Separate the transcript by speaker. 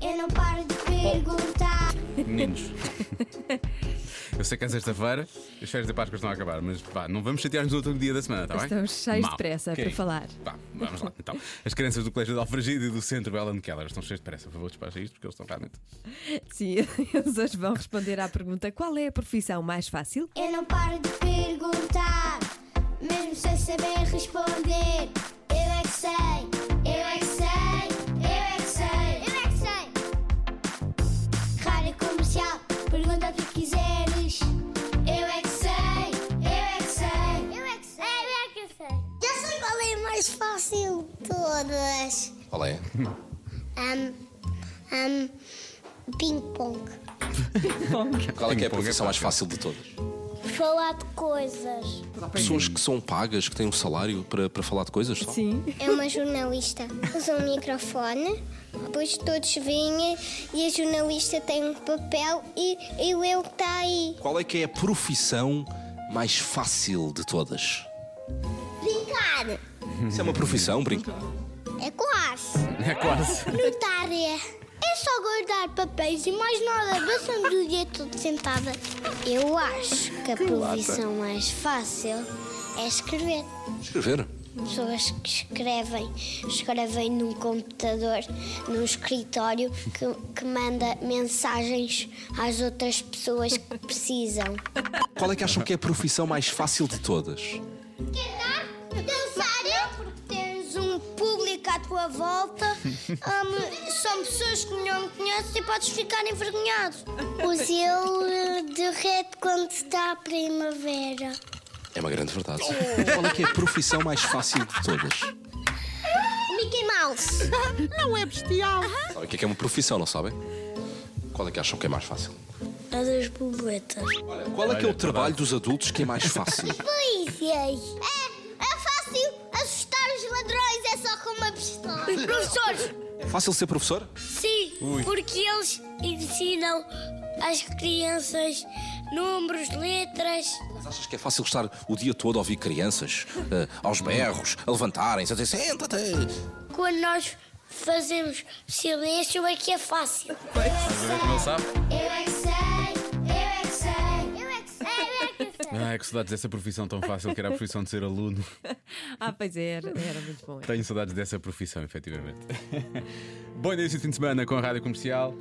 Speaker 1: Eu não paro de perguntar.
Speaker 2: Meninos. Eu sei que é sexta-feira, as férias de Páscoa estão a acabar, mas vá, não vamos chatear-nos no outro dia da semana, está bem?
Speaker 3: Estamos cheios
Speaker 2: Mal.
Speaker 3: de pressa
Speaker 2: Que é
Speaker 3: para
Speaker 2: isso?
Speaker 3: falar.
Speaker 2: Vá, vamos lá, então. As crianças do Colégio de Alfragide e do Centro Belen Keller estão cheias de pressa, por favor, despacha isto, porque eles estão realmente.
Speaker 3: Sim, eles hoje vão responder à pergunta: qual é a profissão mais fácil?
Speaker 1: Eu não paro de perguntar, mesmo sem saber responder. Eu é que sei, eu é que sei, eu é que sei, eu é que sei. Rádio comercial, pergunta o que quiseres. Eu é que sei, eu é que sei, eu é que sei, eu é que sei. Já sei qual é a mais fácil de todas.
Speaker 4: Qual é?
Speaker 1: Um, um, Ping-pong.
Speaker 4: Qual é que é a profissão mais fácil de todas?
Speaker 1: Falar de coisas.
Speaker 4: Pessoas que são pagas, que têm um salário para, para falar de coisas só?
Speaker 3: Sim.
Speaker 1: É uma jornalista. Usa um microfone, depois todos vinham e a jornalista tem um papel e, e o eu que está aí.
Speaker 4: Qual é que é a profissão mais fácil de todas?
Speaker 1: Brincar!
Speaker 4: Isso é uma profissão, brinca.
Speaker 1: É quase.
Speaker 2: É quase.
Speaker 1: Lutar é. É só guardar papéis e mais nada. Passamos o dia todo sentada. Eu acho que a profissão mais fácil é escrever.
Speaker 4: Escrever.
Speaker 1: pessoas que escrevem, escrevem num computador, num escritório, que, que manda mensagens às outras pessoas que precisam.
Speaker 4: Qual é que acham que é a profissão mais fácil de todas?
Speaker 1: Cantar, dançar, porque tens um público à tua volta, hum, são pessoas que não conheces e podes ficar envergonhado. O gelo derrete quando está a primavera.
Speaker 4: É uma grande verdade. Qual é que é a profissão mais fácil de todas?
Speaker 1: Mickey Mouse. Não é bestial.
Speaker 4: Sabem o que é que é uma profissão, não sabem? Qual é que acham que é mais fácil?
Speaker 1: A das borboletas.
Speaker 4: Qual é que é o trabalho dos adultos que é mais fácil?
Speaker 1: Polícias! É, é fácil assustar os ladrões, é só com uma pistola. Professores!
Speaker 4: É fácil ser professor?
Speaker 1: Sim, porque eles ensinam às crianças números, letras.
Speaker 4: Mas achas que é fácil estar o dia todo a ouvir crianças eh, aos berros, a levantarem-se, a dizer senta-te?
Speaker 1: Quando nós fazemos silêncio é que é fácil.
Speaker 2: Estás a ver como ele sabe?
Speaker 1: Eu é que sei, eu é que sei, eu é que sei, eu é que sei.
Speaker 2: Ai, que saudades dessa profissão tão fácil que era a profissão de ser aluno.
Speaker 3: Ah, pois é, era, era muito bom.
Speaker 2: Tenho saudades dessa profissão, efetivamente. Bom início de fim de semana com a Rádio Comercial.